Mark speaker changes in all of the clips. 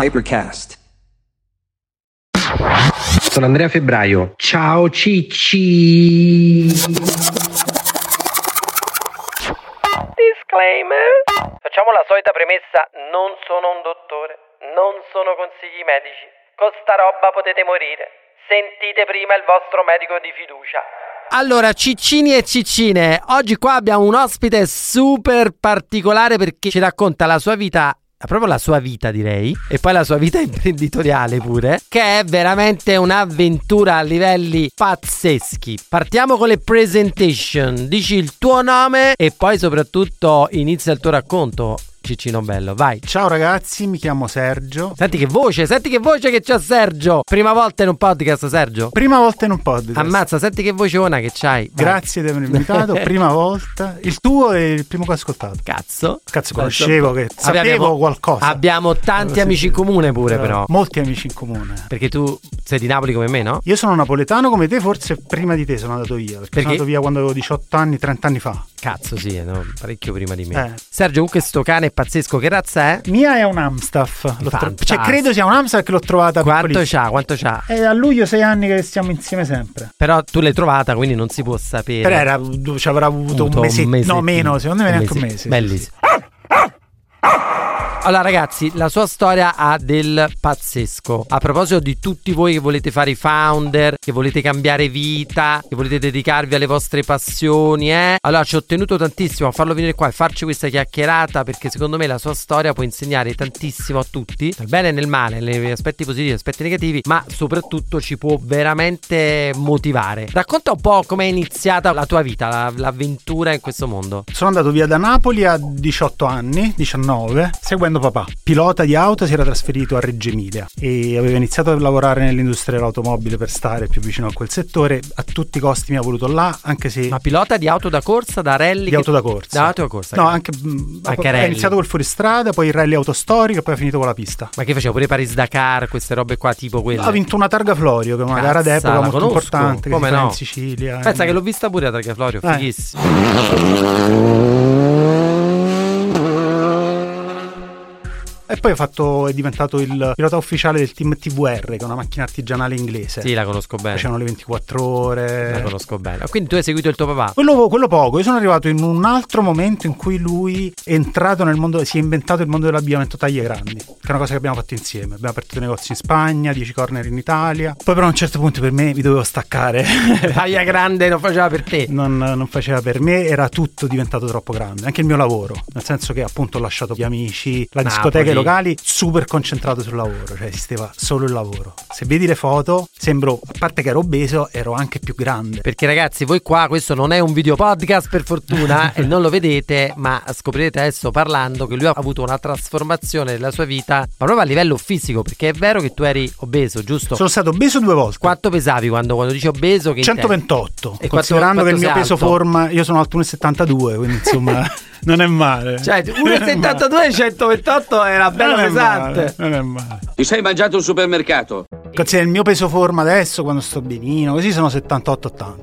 Speaker 1: Hypercast.
Speaker 2: Sono Andrea Febbraio. Ciao Cicci.
Speaker 3: Disclaimer. Facciamo la solita premessa, non sono un dottore, non sono consigli medici. Con sta roba potete morire. Sentite prima il vostro medico di fiducia.
Speaker 4: Allora, ciccini e ciccine, oggi qua abbiamo un ospite super particolare perché ci racconta la sua vita, eh, proprio la sua vita direi, e poi la sua vita imprenditoriale pure, che è veramente un'avventura a livelli pazzeschi. Partiamo con le presentation, dici il tuo nome e poi soprattutto inizia il tuo racconto, ciccino bello, vai.
Speaker 5: Ciao ragazzi, mi chiamo Sergio.
Speaker 4: Senti che voce, senti che voce che c'ha Sergio! Prima volta in un podcast Sergio.
Speaker 5: Prima volta in un podcast.
Speaker 4: Ammazza, senti che vociona che c'hai. Vai.
Speaker 5: Grazie di avermi invitato, prima volta. Il tuo è il primo che ho ascoltato.
Speaker 4: Cazzo.
Speaker 5: Cazzo, conoscevo che sapevo qualcosa.
Speaker 4: Abbiamo tanti
Speaker 5: Sì,
Speaker 4: amici
Speaker 5: sì.
Speaker 4: in comune pure,
Speaker 5: Però,
Speaker 4: però.
Speaker 5: Molti amici in comune.
Speaker 4: Perché tu sei di Napoli come me, no?
Speaker 5: Io sono napoletano come te, forse prima di te sono andato via. Perché,
Speaker 4: Perché?
Speaker 5: sono andato via quando avevo 18 anni, 30 anni fa.
Speaker 4: Cazzo, sì, eh, no, parecchio prima di me.
Speaker 5: Eh.
Speaker 4: Sergio, comunque sto cane è pazzesco, che razza è?
Speaker 5: Mia è un Amstaff. L'ho tro-
Speaker 4: Fantastico.
Speaker 5: cioè, credo sia un Amstaff che l'ho trovata
Speaker 4: Quanto
Speaker 5: piccolissima.
Speaker 4: c'ha? Quanto c'ha?
Speaker 5: È a luglio sei anni che stiamo insieme sempre.
Speaker 4: Però tu l'hai trovata, quindi non si può sapere.
Speaker 5: Però era- ci avrà avuto un mese, no meno, secondo me neanche un mese. sì, sì.
Speaker 4: Bellissimo. Allora ragazzi, la sua storia ha del pazzesco. A proposito di tutti voi che volete fare i founder, che volete cambiare vita, che volete dedicarvi alle vostre passioni, eh? Allora ci ho tenuto tantissimo a farlo venire qua e farci questa chiacchierata perché secondo me la sua storia può insegnare tantissimo a tutti, nel bene e nel male, negli aspetti positivi e aspetti negativi, ma soprattutto ci può veramente motivare. Racconta un po' com'è iniziata la tua vita, la- l'avventura in questo mondo.
Speaker 5: Sono andato via da Napoli a 18 anni, 19, seguendo papà. Pilota di auto si era trasferito a Reggio Emilia e aveva iniziato a lavorare nell'industria dell'automobile per stare più vicino a quel settore. A tutti i costi mi ha voluto là, anche se
Speaker 4: Ma pilota di auto da corsa, da rally?
Speaker 5: di
Speaker 4: che-
Speaker 5: auto da corsa.
Speaker 4: Da auto da corsa.
Speaker 5: No,
Speaker 4: che-
Speaker 5: anche, mh,
Speaker 4: Anche
Speaker 5: ha
Speaker 4: rally.
Speaker 5: iniziato col fuoristrada, poi il rally autostorico e poi ha finito con la pista.
Speaker 4: Ma che facevo pure Paris Dakar, queste robe qua, tipo quelle.
Speaker 5: Ha vinto una Targa Florio, che è una
Speaker 4: Cazzo,
Speaker 5: gara d'epoca
Speaker 4: la
Speaker 5: molto
Speaker 4: conosco.
Speaker 5: importante che
Speaker 4: Come
Speaker 5: si fa
Speaker 4: no?
Speaker 5: in Sicilia.
Speaker 4: Pensa
Speaker 5: Eh,
Speaker 4: che l'ho vista pure a Targa Florio,
Speaker 5: Eh.
Speaker 4: fighissimo.
Speaker 5: E poi ho fatto, è diventato il pilota ufficiale del team TVR, che è una macchina artigianale inglese.
Speaker 4: Sì, la conosco bene.
Speaker 5: Facevano le 24
Speaker 4: Eh. La
Speaker 5: ore.
Speaker 4: conosco bene. Quindi tu hai seguito il tuo papà.
Speaker 5: Quello, quello poco, io sono arrivato in un altro momento in cui lui è entrato nel mondo, si è inventato il mondo dell'abbigliamento taglie grandi, che è una cosa che abbiamo fatto insieme. Abbiamo aperto dei negozi in Spagna, 10 corner in Italia. Poi però a un certo punto per me mi dovevo staccare.
Speaker 4: Taglia grande, non faceva per te.
Speaker 5: Non, non faceva per me, era tutto diventato troppo grande, anche il mio lavoro, nel senso che appunto ho lasciato gli amici, la
Speaker 4: Napoli.
Speaker 5: discoteca e i locali, super concentrato sul lavoro, cioè esisteva solo il lavoro. Se vedi le foto, sembro, a parte che ero obeso, ero anche più grande.
Speaker 4: Perché ragazzi, voi qua, questo non è un video podcast per fortuna e non lo vedete, ma scoprirete adesso parlando che lui ha avuto una trasformazione della sua vita, ma proprio a livello fisico, perché è vero che tu eri obeso, giusto?
Speaker 5: Sono stato obeso due volte.
Speaker 4: Quanto pesavi quando, quando dici obeso? Che intendi?
Speaker 5: 128
Speaker 4: E quanto-
Speaker 5: considerando che il mio
Speaker 4: quanto sei
Speaker 5: peso
Speaker 4: alto?
Speaker 5: forma io sono alto 1,72 quindi insomma non è male
Speaker 4: Cioè,
Speaker 5: Non
Speaker 4: 1,72 e 128 era
Speaker 5: è male.
Speaker 4: bello
Speaker 5: Non è
Speaker 4: pesante.
Speaker 5: male, non è male
Speaker 6: Ti sei mangiato un supermercato.
Speaker 5: considera il mio peso forma adesso quando sto benino così sono 78-80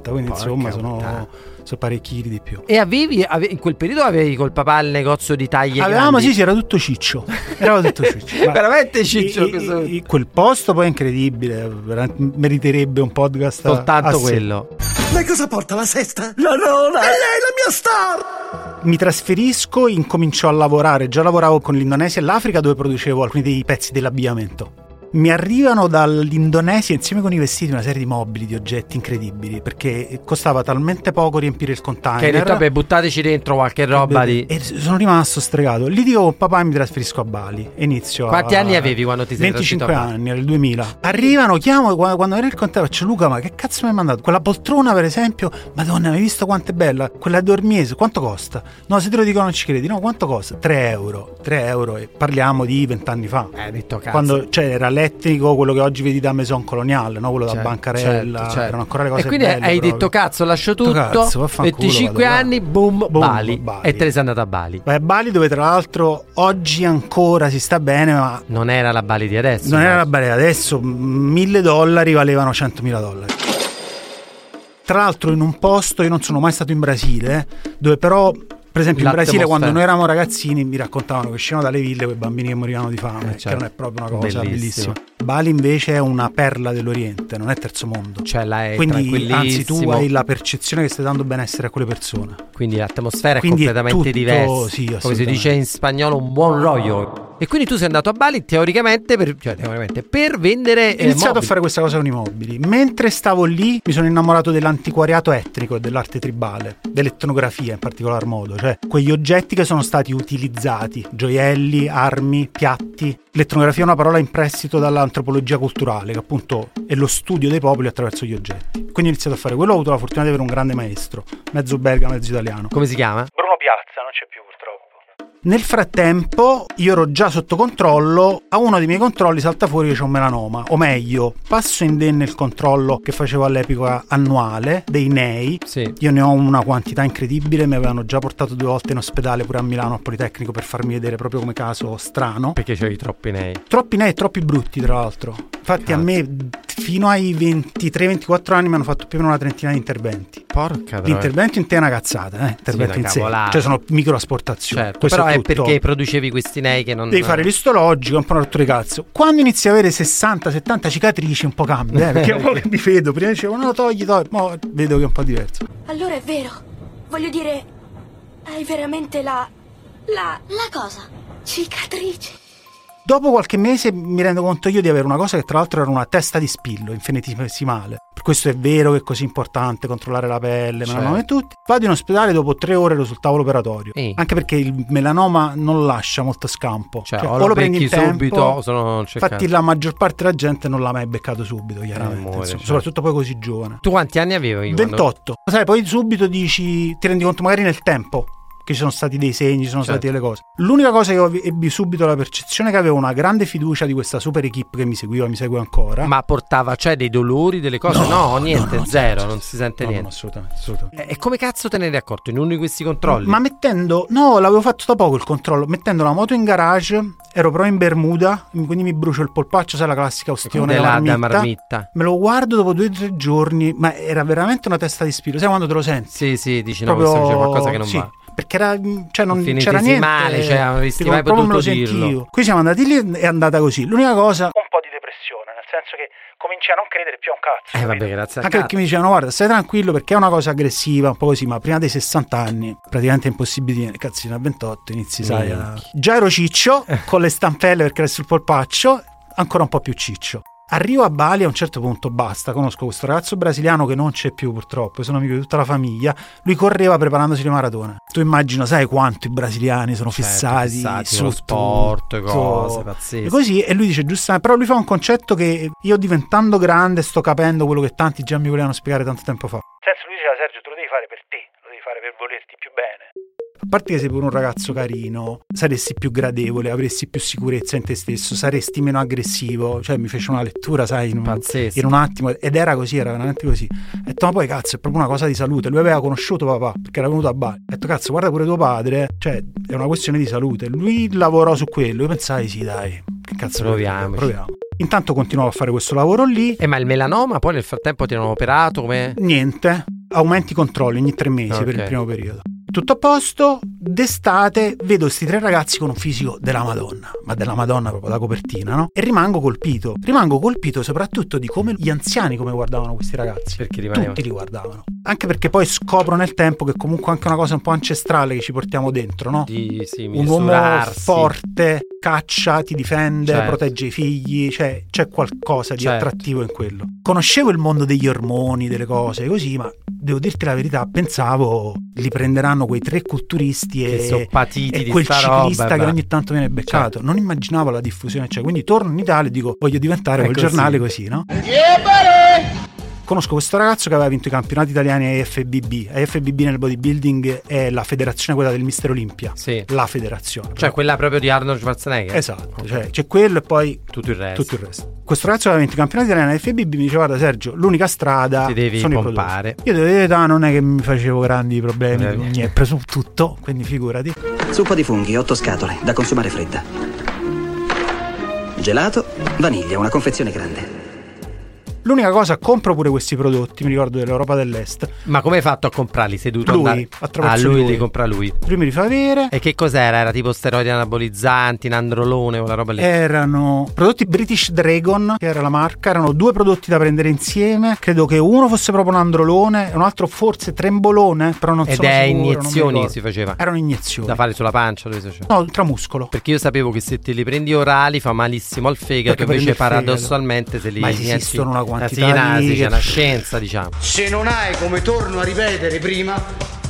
Speaker 5: quindi insomma sono,
Speaker 4: puttana.
Speaker 5: sono parecchi chili di più
Speaker 4: E avevi, ave- in quel periodo avevi col papà il negozio di taglie
Speaker 5: Avevamo,
Speaker 4: grandi?
Speaker 5: sì, sì, era tutto ciccio. Era tutto ciccio. Ma-
Speaker 4: Veramente ciccio
Speaker 5: I- i-
Speaker 4: questo-
Speaker 5: i- quel posto poi è incredibile, veramente meriterebbe un podcast. a- a
Speaker 4: Soltanto
Speaker 5: sé.
Speaker 4: quello.
Speaker 7: Lei cosa porta? La sesta? La nona! E lei è la mia star!
Speaker 5: Mi trasferisco, incomincio a lavorare. Già lavoravo con l'Indonesia e l'Africa dove producevo alcuni dei pezzi dell'abbigliamento. Mi arrivano dall'Indonesia insieme con i vestiti una serie di mobili, di oggetti incredibili, perché costava talmente poco riempire il container.
Speaker 4: Che hai detto, vabbè, buttateci dentro
Speaker 5: Eh,
Speaker 4: qualche roba di...
Speaker 5: E sono rimasto stregato. Lì dico con papà e mi trasferisco a Bali. E inizio.
Speaker 4: Quanti
Speaker 5: a-
Speaker 4: anni avevi quando ti sei trasferito
Speaker 5: 25
Speaker 4: a Bali?
Speaker 5: anni, era il 2000. Arrivano, chiamo qua- quando era il contatto, faccio Luca, ma che cazzo mi hai mandato? Quella poltrona, per esempio, Madonna, hai visto quanto è bella? Quella dormiese, quanto costa? No, se te lo dico non ci credi. No, quanto costa? 3 euro. 3 euro e parliamo di 20 anni fa.
Speaker 4: Eh, hai detto cazzo.
Speaker 5: Quando cioè, era l'etnico, quello che oggi vedi da Maison Coloniale, no? quello da
Speaker 4: Certo,
Speaker 5: Bancarella,
Speaker 4: certo, certo.
Speaker 5: erano ancora le cose
Speaker 4: E quindi
Speaker 5: belle
Speaker 4: hai
Speaker 5: proprio.
Speaker 4: detto cazzo, lascio tutto,
Speaker 5: Cazzo, vaffanculo,
Speaker 4: 25
Speaker 5: vado là.
Speaker 4: anni, boom,
Speaker 5: Boom,
Speaker 4: Bali.
Speaker 5: Bali.
Speaker 4: E te ne sei andata a Bali.
Speaker 5: Vai a Bali dove tra l'altro oggi ancora si sta bene, ma
Speaker 4: Non era la Bali di adesso.
Speaker 5: non era
Speaker 4: ma-
Speaker 5: la barriera. Adesso mille dollari valevano 100.000 dollari. Tra l'altro in un posto, io non sono mai stato in Brasile, dove però Per esempio in Brasile
Speaker 4: L'atmosfera.
Speaker 5: quando noi eravamo ragazzini mi raccontavano che scendevano dalle ville quei bambini che morivano di fame,
Speaker 4: Eh, certo.
Speaker 5: che non è proprio una cosa
Speaker 4: Bellissimo.
Speaker 5: bellissima. Bali invece è una perla dell'Oriente, non è terzo mondo.
Speaker 4: Cioè la è
Speaker 5: Quindi anzi tu
Speaker 4: tranquillissimo.
Speaker 5: hai la percezione che stai dando benessere a quelle persone.
Speaker 4: Quindi l'atmosfera
Speaker 5: Quindi
Speaker 4: è
Speaker 5: è
Speaker 4: completamente
Speaker 5: tutto-
Speaker 4: diversa.
Speaker 5: sì,
Speaker 4: Come si
Speaker 5: assolutamente.
Speaker 4: dice in spagnolo, un buon rollo. E quindi tu sei andato a Bali teoricamente per, cioè, teoricamente, per vendere.
Speaker 5: Ho iniziato a
Speaker 4: eh, mobili.
Speaker 5: fare questa cosa con i mobili. Mentre stavo lì mi sono innamorato dell'antiquariato etnico e dell'arte tribale, dell'etnografia in particolar modo, cioè quegli oggetti che sono stati utilizzati, gioielli, armi, piatti. L'etnografia è una parola in prestito dall'antropologia culturale, che appunto è lo studio dei popoli attraverso gli oggetti. Quindi ho iniziato a fare quello, ho avuto la fortuna di avere un grande maestro, mezzo belga, mezzo italiano.
Speaker 4: Come si chiama?
Speaker 1: Bruno Piazza non c'è più purtroppo.
Speaker 5: Nel frattempo, io ero già sotto controllo. A uno dei miei controlli salta fuori che c'è un melanoma. O meglio, passo indenne il controllo che facevo all'epoca annuale dei NEI.
Speaker 4: Sì.
Speaker 5: Io ne ho una quantità incredibile, mi avevano già portato due volte in ospedale pure a Milano al Politecnico per farmi vedere proprio come caso strano.
Speaker 4: Perché c'hai troppi nei.
Speaker 5: Troppi nei e troppi brutti, tra l'altro. Infatti, a me fino ai 23-24 anni mi hanno fatto più o meno una trentina di interventi.
Speaker 4: Porca
Speaker 5: L'intervento in te è una cazzata, eh? Intervento
Speaker 4: una
Speaker 5: in sé.
Speaker 4: cavolata.
Speaker 5: Cioè sono microasportazioni.
Speaker 4: Certo,
Speaker 5: Questo
Speaker 4: però è
Speaker 5: tutto.
Speaker 4: perché producevi questi nei che non.
Speaker 5: Devi fare l'istologico, è un po' rotto di cazzo. Quando inizi a avere 60-70 cicatrici, un po' cambia. Eh, perché un po' che mi vedo. Prima dicevo, no, togli, togli. Ma vedo che è un po' diverso.
Speaker 8: Allora è vero. Voglio dire, hai veramente la... La... La cosa? Cicatrice.
Speaker 5: Dopo qualche mese mi rendo conto io di avere una cosa che, tra l'altro, era una testa di spillo infinitesimale. Per questo è vero che è così importante controllare la pelle,
Speaker 4: Certo.
Speaker 5: melanoma e tutti. Vado in ospedale dopo tre ore ero sul tavolo operatorio.
Speaker 4: Ehi.
Speaker 5: Anche perché il melanoma non lascia molto scampo.
Speaker 4: Cioè, o lo becchi subito, o se no non c'è
Speaker 5: Infatti,
Speaker 4: caso.
Speaker 5: la maggior parte della gente non l'ha mai beccato subito, chiaramente.
Speaker 4: muore,
Speaker 5: insomma,
Speaker 4: certo.
Speaker 5: Soprattutto poi così giovane.
Speaker 4: Tu quanti anni avevi? quando-
Speaker 5: 28. Sai, poi subito dici, ti rendi conto magari nel tempo che ci sono stati dei segni, ci sono
Speaker 4: Certo.
Speaker 5: state delle cose. L'unica cosa che io ebbi subito la percezione è che avevo una grande fiducia di questa super equipe che mi seguiva, mi segue ancora.
Speaker 4: Ma portava, cioè, dei dolori, delle cose? No, niente, zero, non si sente
Speaker 5: No, no,
Speaker 4: niente.
Speaker 5: assolutamente, assolutamente.
Speaker 4: E e come cazzo te ne eri accorto in uno di questi controlli?
Speaker 5: Ma mettendo, no, l'avevo fatto da poco il controllo, mettendo la moto in garage, ero però in Bermuda, quindi mi brucio il polpaccio, sai la classica ostione
Speaker 4: Come la-
Speaker 5: della
Speaker 4: da
Speaker 5: marmitta.
Speaker 4: marmitta.
Speaker 5: Me lo guardo dopo due o tre giorni, ma era veramente una testa di spiro, sai quando te lo senti?
Speaker 4: Sì, sì, dici no, questo c'è qualcosa che non
Speaker 5: sì,
Speaker 4: va.
Speaker 5: Perché era, cioè non c'era niente.
Speaker 4: Infinitesimale, cioè, avresti
Speaker 5: Dico,
Speaker 4: mai
Speaker 5: proprio
Speaker 4: potuto
Speaker 5: me lo
Speaker 4: dirlo.
Speaker 5: sentivo. Qui siamo andati lì e è andata così. L'unica cosa,
Speaker 1: Un po' di depressione, nel senso che cominci a non credere più a un cazzo.
Speaker 4: Eh, vabbè,
Speaker 1: capito?
Speaker 4: grazie a
Speaker 5: anche perché mi dicevano, guarda, stai tranquillo perché è una cosa aggressiva, un po' così, ma prima dei 60 anni praticamente è impossibile dire, cazzo, a 28 inizi, sai, a...
Speaker 4: Minchia. Eh.
Speaker 5: Già ero ciccio, con le stampelle perché era sul polpaccio, ancora un po' più ciccio. Arrivo a Bali a un certo punto basta, conosco questo ragazzo brasiliano che non c'è più purtroppo, sono amico di tutta la famiglia, lui correva preparandosi le maratone. Tu immagino, sai quanto i brasiliani sono
Speaker 4: Certo,
Speaker 5: fissati,
Speaker 4: fissati
Speaker 5: su
Speaker 4: sullo sport,
Speaker 5: tutto.
Speaker 4: cose pazzesche.
Speaker 5: E così e lui dice giustamente, però lui fa un concetto che io diventando grande sto capendo quello che tanti già mi volevano spiegare tanto tempo fa.
Speaker 1: Nel senso lui diceva Sergio, tu lo devi fare per te, lo devi fare per volerti più bene.
Speaker 5: A parte che sei pure un ragazzo carino, saresti più gradevole, avresti più sicurezza in te stesso, saresti meno aggressivo. Cioè, mi fece una lettura, sai, in un,
Speaker 4: Ah, Pazzesco.
Speaker 5: in un attimo. Ed era così, era veramente così. Ho detto, ma poi cazzo, è proprio una cosa di salute. Lui aveva conosciuto papà, perché era venuto a Bali. Ho detto, cazzo, guarda pure tuo padre. Cioè, è una questione di salute. Lui lavorò su quello. Io pensai, sì, dai, che cazzo.
Speaker 4: Proviamoci.
Speaker 5: Proviamo. Intanto continuavo a fare questo lavoro lì.
Speaker 4: Eh, ma il melanoma poi nel frattempo ti hanno operato come...
Speaker 5: Niente, aumenti i controlli ogni tre mesi per il
Speaker 4: Ok.
Speaker 5: primo periodo. Tutto a posto, d'estate vedo questi tre ragazzi con un fisico della Madonna, ma della Madonna proprio da copertina, no? E rimango colpito. Rimango colpito soprattutto di come gli anziani come guardavano questi ragazzi.
Speaker 4: Perché rimanevano-
Speaker 5: Tutti li guardavano. Anche perché poi scopro nel tempo che comunque è anche una cosa un po' ancestrale che ci portiamo dentro, no?
Speaker 4: Di sì,
Speaker 5: un uomo
Speaker 4: misurarsi.
Speaker 5: forte caccia, ti difende,
Speaker 4: Certo.
Speaker 5: protegge i figli, cioè c'è qualcosa di
Speaker 4: Certo.
Speaker 5: attrattivo in quello. Conoscevo il mondo degli ormoni, delle cose così, ma devo dirti la verità, pensavo li prenderanno quei tre culturisti
Speaker 4: Che sono
Speaker 5: e,
Speaker 4: patiti
Speaker 5: e
Speaker 4: di
Speaker 5: quel
Speaker 4: sta
Speaker 5: ciclista
Speaker 4: roba,
Speaker 5: che
Speaker 4: beh. Certo.
Speaker 5: ogni tanto viene beccato. Non immaginavo la diffusione, cioè, quindi torno in Italia e dico voglio diventare
Speaker 4: È
Speaker 5: quel
Speaker 4: così.
Speaker 5: giornale così, no? Conosco questo ragazzo che aveva vinto i campionati italiani AFBB. AFBB nel bodybuilding è la federazione quella del Mister Olimpia.
Speaker 4: Sì.
Speaker 5: La federazione.
Speaker 4: Cioè quella proprio di Arnold Schwarzenegger.
Speaker 5: Esatto, cioè, c'è quello e poi
Speaker 4: Tutto il resto.
Speaker 5: tutto il resto. Questo ragazzo aveva vinto i campionati italiani FBB mi diceva guarda Sergio, l'unica strada
Speaker 4: Ti devi
Speaker 5: sono
Speaker 4: pompare."
Speaker 5: i prodotti. Io devo dire, "Ah, non è che mi facevo grandi problemi,
Speaker 4: Eh.
Speaker 5: mi è preso tutto, quindi figurati.
Speaker 7: Zuppa di funghi, 8 scatole, da consumare fredda. Gelato, vaniglia, una confezione grande.
Speaker 5: L'unica cosa, compro pure questi prodotti, mi ricordo dell'Europa dell'Est.
Speaker 4: Ma come hai fatto a comprarli? Seduto
Speaker 5: Lui,
Speaker 4: andare-
Speaker 5: attraverso
Speaker 4: Ah, lui,
Speaker 5: lui.
Speaker 4: li compra lui.
Speaker 5: Lui mi li fa avere.
Speaker 4: E che cos'era? Era tipo steroidi anabolizzanti, nandrolone, quella roba lì.
Speaker 5: Eh, Erano prodotti British Dragon, che era la marca, erano due prodotti da prendere insieme. Credo che uno fosse proprio un androlone, e un altro forse trembolone, però non
Speaker 4: Ed
Speaker 5: so sono
Speaker 4: è
Speaker 5: sicuro, non mi
Speaker 4: iniezioni
Speaker 5: ricordo.
Speaker 4: si faceva.
Speaker 5: Erano iniezioni.
Speaker 4: Da fare sulla pancia, lui si faceva.
Speaker 5: No, intramuscolo.
Speaker 4: Perché io sapevo che se te li prendi orali fa malissimo al fegato,
Speaker 5: Perché prende
Speaker 4: invece
Speaker 5: il fegato.
Speaker 4: paradossalmente se li
Speaker 5: Ma
Speaker 4: inietti-
Speaker 5: esistono una quantità
Speaker 4: Eh sì, nasi,
Speaker 5: di-
Speaker 4: c'è una scienza, diciamo.
Speaker 7: Se non hai, come torno a ripetere prima,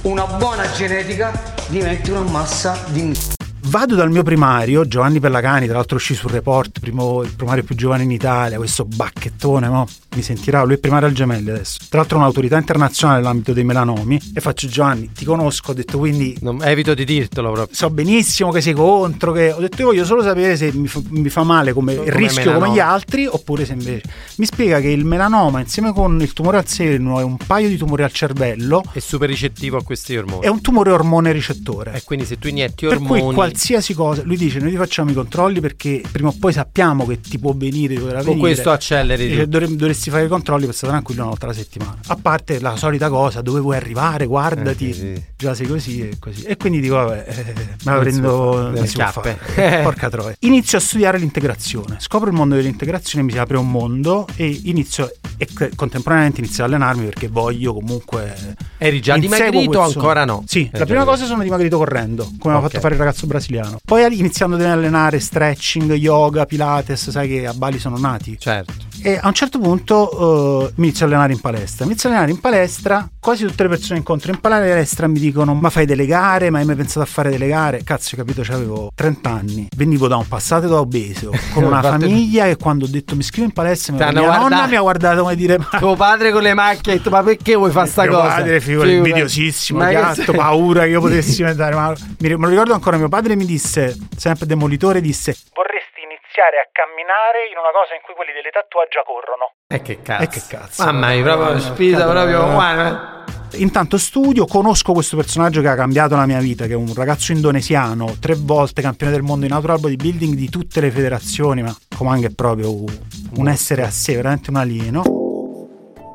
Speaker 7: una buona genetica, diventi una massa di m***a.
Speaker 5: Vado dal mio primario, Giovanni Pellacani, tra l'altro uscì sul report, primo- il primario più giovane in Italia, questo bacchettone, mo, mi sentirà, lui è primario al gemelli adesso. Tra l'altro è un'autorità internazionale nell'ambito dei melanomi e faccio Giovanni, ti conosco, ho detto quindi
Speaker 4: Non- evito di dirtelo proprio.
Speaker 5: so benissimo che sei contro, che ho detto io voglio solo sapere se mi fa, mi fa male come,
Speaker 4: Come
Speaker 5: rischio
Speaker 4: melanoma.
Speaker 5: come gli altri oppure se invece. Mi spiega che il melanoma insieme con il tumore al seno e un paio di tumori al cervello
Speaker 4: È super ricettivo a questi ormoni.
Speaker 5: è un tumore ormone ricettore.
Speaker 4: E quindi se tu inietti
Speaker 5: Per
Speaker 4: ormoni...
Speaker 5: cui qualsiasi cosa, lui dice noi ti facciamo i controlli perché prima o poi sappiamo che ti può venire, ti potrà
Speaker 4: Con
Speaker 5: venire.
Speaker 4: questo acceleri
Speaker 5: Dice,
Speaker 4: tutto.
Speaker 5: Eh, "Dovre- dovresti fare i controlli per stare tranquillo una volta alla settimana. A parte la solita cosa, dove vuoi arrivare, guardati,
Speaker 4: Eh, sì, sì.
Speaker 5: già sei così e così. E quindi dico, vabbè, eh,
Speaker 4: Non si
Speaker 5: me la
Speaker 4: può
Speaker 5: prendo
Speaker 4: fare,
Speaker 5: non
Speaker 4: delle
Speaker 5: si può
Speaker 4: chiappe.
Speaker 5: fare. Porca troia. Inizio a studiare l'integrazione, scopro il mondo dell'integrazione, mi si apre un mondo e inizio e c- contemporaneamente inizio ad allenarmi perché voglio comunque
Speaker 4: Eri già
Speaker 5: Inseguo
Speaker 4: dimagrito o
Speaker 5: questo-
Speaker 4: ancora no?
Speaker 5: Sì,
Speaker 4: Eh,
Speaker 5: la prima
Speaker 4: già-
Speaker 5: cosa sono dimagrito correndo, come aveva
Speaker 4: Ok.
Speaker 5: fatto fare il ragazzo brasiliano. Poi al- iniziando ad allenare stretching, yoga, pilates, sai che a Bali sono nati.
Speaker 4: Certo.
Speaker 5: E a un certo punto eh, mi inizio a allenare in palestra. Mi inizio a allenare in palestra, quasi tutte le persone che incontro in palestra mi dicono ma fai delle gare, ma hai mai pensato a fare delle gare? Cazzo, capito, avevo 30 anni, venivo da un passato da obeso, con una
Speaker 4: Infatti-
Speaker 5: famiglia che quando ho detto mi scrivo in palestra, mi-
Speaker 4: Ti
Speaker 5: mia
Speaker 4: hanno
Speaker 5: nonna
Speaker 4: guardato-
Speaker 5: mi ha guardato come dire ma
Speaker 4: Tuo padre con le macchie ha detto ma perché vuoi fare sta
Speaker 5: mio
Speaker 4: cosa?
Speaker 5: padre, figura,
Speaker 4: Figurati.
Speaker 5: invidiosissimo,
Speaker 4: Ma che
Speaker 5: piatto,
Speaker 4: sei-
Speaker 5: paura che io potessi diventare. Ma mi, me lo ricordo ancora, mio padre mi disse, sempre demolitore, disse:
Speaker 1: Vorresti iniziare a camminare in una cosa in cui quelli dell'età tua già corrono.
Speaker 4: E che cazzo.
Speaker 5: Eh, che cazzo.
Speaker 4: Mamma mia,
Speaker 5: Eh,
Speaker 4: proprio spisa,
Speaker 5: cavolo,
Speaker 4: proprio...
Speaker 5: eh.
Speaker 4: guarda.
Speaker 5: Intanto studio, conosco questo personaggio che ha cambiato la mia vita, che è un ragazzo indonesiano, tre volte campione del mondo in natural bodybuilding di tutte le federazioni, ma Komang è proprio un essere a sé, veramente un alieno.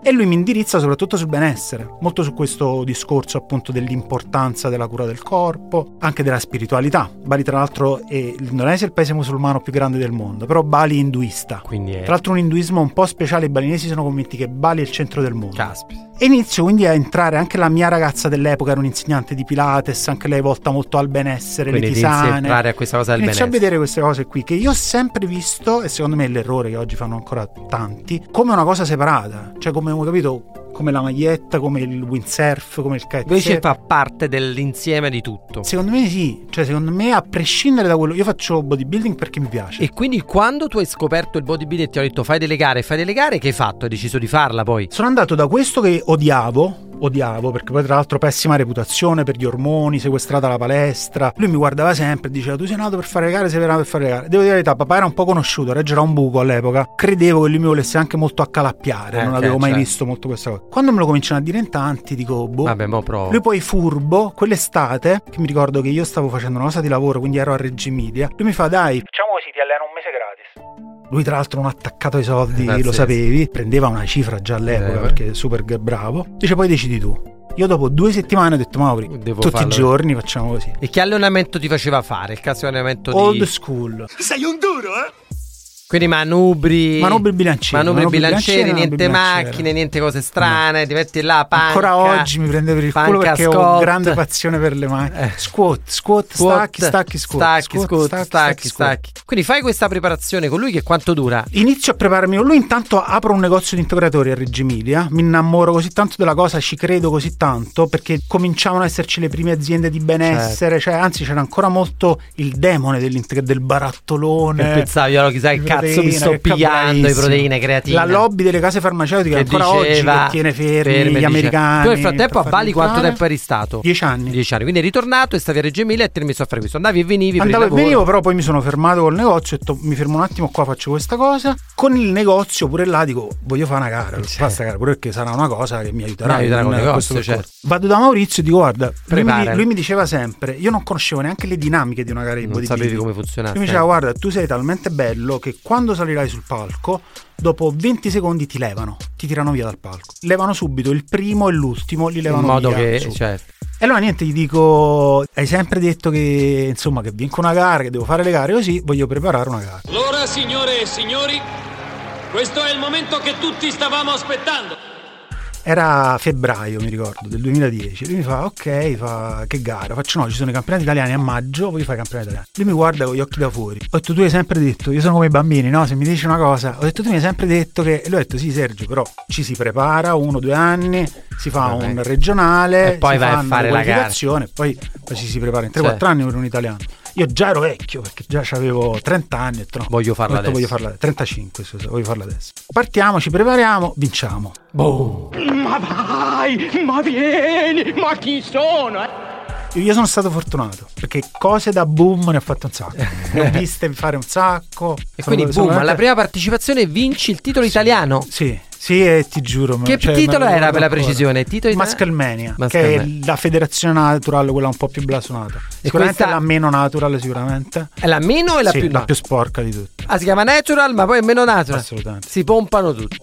Speaker 5: E lui mi indirizza soprattutto sul benessere, molto su questo discorso appunto dell'importanza della cura del corpo, anche della spiritualità. Bali tra l'altro è l'Indonesia è il paese musulmano più grande del mondo, però Bali è induista.
Speaker 4: Quindi è...
Speaker 5: Tra l'altro un induismo un po' speciale, i balinesi sono convinti che Bali è il centro del mondo.
Speaker 4: Caspita.
Speaker 5: E inizio quindi a entrare anche la mia ragazza dell'epoca, era un'insegnante di Pilates, anche lei volta molto al benessere,
Speaker 4: Quindi
Speaker 5: le
Speaker 4: inizi
Speaker 5: tisane.
Speaker 4: a entrare a questa cosa del
Speaker 5: Inizio a
Speaker 4: benessere.
Speaker 5: vedere queste cose qui che io ho sempre visto, e secondo me è l'errore che oggi fanno ancora tanti, come una cosa separata, cioè come, capito, come la maglietta, come il windsurf, come il kitesurf.
Speaker 4: Invece fa parte dell'insieme di tutto.
Speaker 5: Secondo me sì, cioè secondo me a prescindere da quello, io faccio bodybuilding perché mi piace.
Speaker 4: E quindi quando tu hai scoperto il bodybuilding e ti ho detto fai delle gare, fai delle gare, che hai fatto? Hai deciso di farla poi?
Speaker 5: Sono andato da questo che odiavo, odiavo perché poi tra l'altro pessima reputazione per gli ormoni, sequestrata la palestra. Lui mi guardava sempre e diceva tu sei nato per fare le gare, sei nato per fare le gare. Devo dire la verità, papà era un po' conosciuto, reggeva un buco all'epoca. Credevo che lui mi volesse anche molto accalappiare,
Speaker 4: Eh,
Speaker 5: non
Speaker 4: ok,
Speaker 5: avevo mai
Speaker 4: certo.
Speaker 5: visto molto questa cosa. Quando me lo cominciano a dire in tanti dico boh.
Speaker 4: Vabbè, mo provo.
Speaker 5: Lui poi furbo, quell'estate, che mi ricordo che io stavo facendo una cosa di lavoro, quindi ero a Reggio Emilia, lui mi fa dai,
Speaker 1: Diciamo così, ti alleno un mese gratis.
Speaker 5: lui tra l'altro non ha attaccato i soldi,
Speaker 4: Pazzesco.
Speaker 5: lo sapevi, prendeva una cifra già all'epoca
Speaker 4: Eh,
Speaker 5: perché è super g- bravo. Dice poi decidi tu. Io dopo due settimane ho detto Mauri,
Speaker 4: Devo
Speaker 5: tutti
Speaker 4: farlo.
Speaker 5: i giorni facciamo così.
Speaker 4: E che allenamento ti faceva fare? Il classico allenamento
Speaker 5: Old
Speaker 4: di...
Speaker 5: school,
Speaker 7: Sei un duro, eh?
Speaker 4: Quindi manubri...
Speaker 5: Manubri bilancieri,
Speaker 4: Manubri
Speaker 5: manubri
Speaker 4: bilancieri,
Speaker 5: bilancieri,
Speaker 4: niente
Speaker 5: manubri
Speaker 4: macchine,
Speaker 5: bilancieri.
Speaker 4: niente cose strane, ti metti là, panca...
Speaker 5: ancora oggi mi prende per il culo
Speaker 4: panca
Speaker 5: perché ho
Speaker 4: Scott.
Speaker 5: grande passione per le mani.
Speaker 4: Eh.
Speaker 5: Squat, squat, stacchi, stacchi, squat.
Speaker 4: Stacchi, squat, stacchi, stacchi,
Speaker 5: squat.
Speaker 4: stacchi. Quindi fai questa preparazione con lui che quanto dura?
Speaker 5: Inizio a prepararmi. Lui intanto apro un negozio di integratori a Reggio Emilia. Mi innamoro così tanto della cosa, ci credo così tanto perché cominciavano ad esserci le prime aziende di benessere.
Speaker 4: Certo.
Speaker 5: Cioè, anzi, c'era ancora molto il demone dell'integ- del barattolone.
Speaker 4: E pensavi, allora, chissà che
Speaker 5: di
Speaker 4: cazzo mi
Speaker 5: proteina,
Speaker 4: sto
Speaker 5: che
Speaker 4: pigliando di
Speaker 5: bravissimo.
Speaker 4: proteine, creatina.
Speaker 5: La lobby delle case farmaceutiche ancora oggi che tiene fermi,
Speaker 4: ferme,
Speaker 5: gli
Speaker 4: dice-
Speaker 5: americani.
Speaker 4: Tu nel frattempo a
Speaker 5: per
Speaker 4: Bali
Speaker 5: farli
Speaker 4: quanto
Speaker 5: entrare.
Speaker 4: tempo eri stato?
Speaker 5: Dieci anni.
Speaker 4: Dieci anni, quindi eri ritornato e stavi a Reggio Emilia e te ne messo a fare questo. Andavi e venivi
Speaker 5: Andavo e
Speaker 4: per il lavoro.
Speaker 5: venivo, però poi mi sono fermato col negozio. Ho detto mi fermo un attimo qua, faccio questa cosa. Con il negozio pure là dico voglio fare una gara. Faccio questa gara pure perché sarà una cosa che mi aiuterà.
Speaker 4: Mi aiuterà
Speaker 5: in
Speaker 4: col negozio,
Speaker 5: questo percorso.
Speaker 4: certo.
Speaker 5: Vado da Maurizio e dico guarda, lui mi,
Speaker 4: Prepara.
Speaker 5: lui mi diceva sempre, io non conoscevo neanche le dinamiche di una gara di
Speaker 4: Non
Speaker 5: bodybuilding.
Speaker 4: sapevi come funzionava,
Speaker 5: Lui mi
Speaker 4: eh.
Speaker 5: diceva guarda tu sei talmente bello che quando salirai sul palco, dopo 20 secondi ti levano, ti tirano via dal palco. Levano subito il primo e l'ultimo, li
Speaker 4: In
Speaker 5: levano
Speaker 4: modo
Speaker 5: via.
Speaker 4: che,
Speaker 5: subito.
Speaker 4: certo.
Speaker 5: E allora niente, gli dico, hai sempre detto che insomma che vinco una gara, che devo fare le gare così, voglio preparare una gara.
Speaker 9: Allora, signore e signori, questo è il momento che tutti stavamo aspettando.
Speaker 5: Era febbraio, mi ricordo, del 2010. Lui mi fa, ok, fa, che gara? Faccio no, ci sono i campionati italiani a maggio, poi fai i campionati italiani. Lui mi guarda con gli occhi da fuori. Ho detto, tu hai sempre detto, io sono come i bambini, no? Se mi dici una cosa, ho detto, tu mi hai sempre detto che... E lui ha detto, sì Sergio, però ci si prepara, uno, due anni, si fa
Speaker 4: Vabbè.
Speaker 5: un regionale,
Speaker 4: E poi
Speaker 5: si
Speaker 4: vai a
Speaker 5: fanno
Speaker 4: fare la gara.
Speaker 5: qualificazione, e poi, poi ci si prepara in 3-4
Speaker 4: Certo.
Speaker 5: anni per un italiano. Io già ero vecchio perché già avevo 30 anni e ho detto, no,
Speaker 4: Voglio farla
Speaker 5: ho detto,
Speaker 4: adesso.
Speaker 5: voglio farla 35, scusa, voglio farla adesso. Partiamo, ci prepariamo, vinciamo. Io sono stato fortunato perché cose da boom ne ho fatte un sacco. ne ho viste fare un sacco.
Speaker 4: E quindi, boom, alla prima partecipazione vinci il titolo italiano.
Speaker 5: Sì, sì, e ti giuro. me-
Speaker 4: Che
Speaker 5: cioè,
Speaker 4: titolo
Speaker 5: me lo
Speaker 4: era
Speaker 5: ricordo
Speaker 4: per la
Speaker 5: ancora.
Speaker 4: precisione? Titolo italiano?
Speaker 5: Mascalmania, che
Speaker 4: Mascalmania.
Speaker 5: è la federazione naturale, quella un po' più blasonata. Sicuramente
Speaker 4: questa-
Speaker 5: la meno naturale, sicuramente.
Speaker 4: È la meno e la
Speaker 5: Sì,
Speaker 4: più no.
Speaker 5: sporca di tutte.
Speaker 4: Ah, si chiama natural, ma poi è meno natural.
Speaker 5: Assolutamente.
Speaker 4: Si pompano tutti.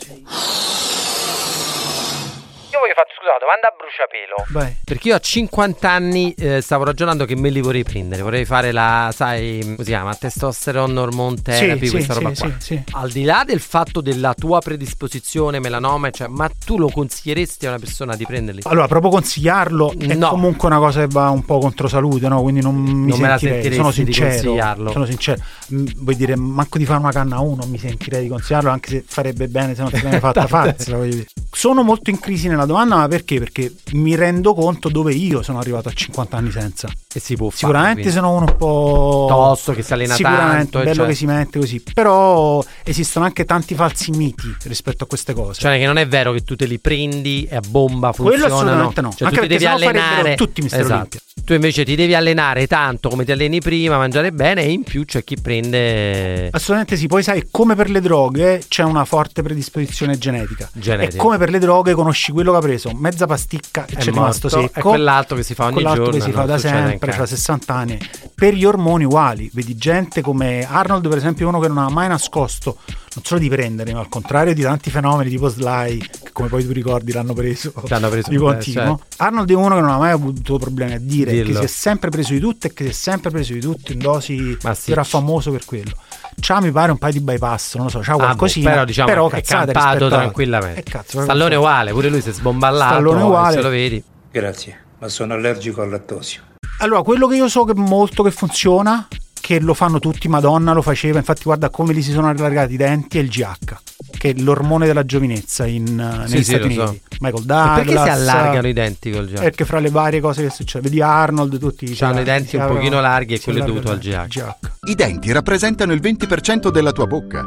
Speaker 3: Io voglio farti scusa, una domanda a bruciapelo.
Speaker 5: Vai.
Speaker 4: Perché io a 50 anni eh, stavo ragionando che me li vorrei prendere. Vorrei fare la, sai, come si chiama? Testosterone hormone therapy,
Speaker 5: Sì,
Speaker 4: questa
Speaker 5: sì,
Speaker 4: roba
Speaker 5: sì,
Speaker 4: qua.
Speaker 5: sì, sì.
Speaker 4: Al di là del fatto della tua predisposizione melanoma, cioè, ma tu lo consiglieresti a una persona di prenderli?
Speaker 5: Allora, proprio consigliarlo è
Speaker 4: No.
Speaker 5: comunque una cosa che va un po' contro salute, no? Quindi non mi
Speaker 4: Non me la
Speaker 5: sentirei,
Speaker 4: sentiresti
Speaker 5: sono
Speaker 4: di
Speaker 5: sincero,
Speaker 4: consigliarlo.
Speaker 5: Sono sincero. Mm, Vuoi dire, manco di fare una canna a uno mi sentirei di consigliarlo, anche se farebbe bene se non se l'hai fatta farsela, voglio dire. Sono molto in crisi nella domanda, ma perché? Perché mi rendo conto dove io sono arrivato a 50 anni senza.
Speaker 4: E si può fare,
Speaker 5: Sicuramente
Speaker 4: quindi.
Speaker 5: sono uno un po'
Speaker 4: Tosto, che si allena
Speaker 5: Sicuramente,
Speaker 4: tanto, e
Speaker 5: bello
Speaker 4: cioè-
Speaker 5: che si mette così, però esistono anche tanti falsi miti rispetto a queste cose.
Speaker 4: Cioè che non è vero che tu te li prendi e a bomba
Speaker 5: Quello
Speaker 4: funzionano.
Speaker 5: assolutamente no.
Speaker 4: Cioè,
Speaker 5: Anche
Speaker 4: tu ti
Speaker 5: perché
Speaker 4: devi
Speaker 5: sennò farebbero
Speaker 4: allenare
Speaker 5: tutti Mr.
Speaker 4: Esatto.
Speaker 5: Olympia.
Speaker 4: Tu invece ti devi allenare tanto come ti alleni prima, mangiare bene e in più c'è chi prende
Speaker 5: Assolutamente sì, poi sai, come per le droghe c'è una forte predisposizione genetica.
Speaker 4: Genetica.
Speaker 5: E come per le droghe conosci quello che ha preso, mezza pasticca e
Speaker 4: È
Speaker 5: c'è rimasto
Speaker 4: morto,
Speaker 5: secco.
Speaker 4: e quell'altro che si fa ogni
Speaker 5: quell'altro
Speaker 4: giorno,
Speaker 5: che si
Speaker 4: non
Speaker 5: fa da
Speaker 4: succede
Speaker 5: sempre,
Speaker 4: neanche.
Speaker 5: fra 60 anni. Per gli ormoni uguali, vedi gente come Arnold per esempio, uno che non ha mai nascosto, non solo di prendere, ma al contrario di tanti fenomeni tipo Sly, che come poi tu ricordi l'hanno preso,
Speaker 4: Ti hanno preso,
Speaker 5: di
Speaker 4: eh,
Speaker 5: continuo. Arnold è uno che non ha mai avuto problemi a dire, che
Speaker 4: Dillo.
Speaker 5: si è sempre preso di tutto e che si è sempre preso di tutto in dosi,
Speaker 4: Massiccio.
Speaker 5: era famoso per quello. C'ha mi pare un paio di bypass, non lo so, c'ha
Speaker 4: Ah, boh,
Speaker 5: qualcosina,
Speaker 4: però diciamo
Speaker 5: però
Speaker 4: è
Speaker 5: cazzate
Speaker 4: campato
Speaker 5: rispetto a-
Speaker 4: tranquillamente.
Speaker 5: Eh, cazzo,
Speaker 4: Stallone
Speaker 5: ragazzi.
Speaker 4: uguale, pure lui si è sbomballato.
Speaker 5: Stallone
Speaker 4: eh,
Speaker 5: uguale.
Speaker 4: Se lo vedi.
Speaker 10: Grazie, ma sono allergico al lattosio.
Speaker 5: Allora, quello che io so che molto che funziona, che lo fanno tutti, Madonna lo faceva, infatti guarda come gli si sono allargati i denti, è il GH, che è l'ormone della giovinezza in, eh,
Speaker 4: Sì,
Speaker 5: negli
Speaker 4: sì,
Speaker 5: Stati
Speaker 4: lo so.
Speaker 5: Uniti. Michael
Speaker 4: Ma
Speaker 5: Douglas.
Speaker 4: perché si allargano i denti col
Speaker 5: eh,
Speaker 4: gioco?
Speaker 5: Perché fra le varie cose che succede, vedi Arnold, tutti
Speaker 4: C'hanno
Speaker 5: si-
Speaker 4: i denti
Speaker 5: si
Speaker 4: un
Speaker 5: aprono-
Speaker 4: pochino larghi e
Speaker 5: si
Speaker 4: quello è
Speaker 5: allargano
Speaker 4: dovuto al
Speaker 5: il GH.
Speaker 11: I denti rappresentano il 20% della tua bocca.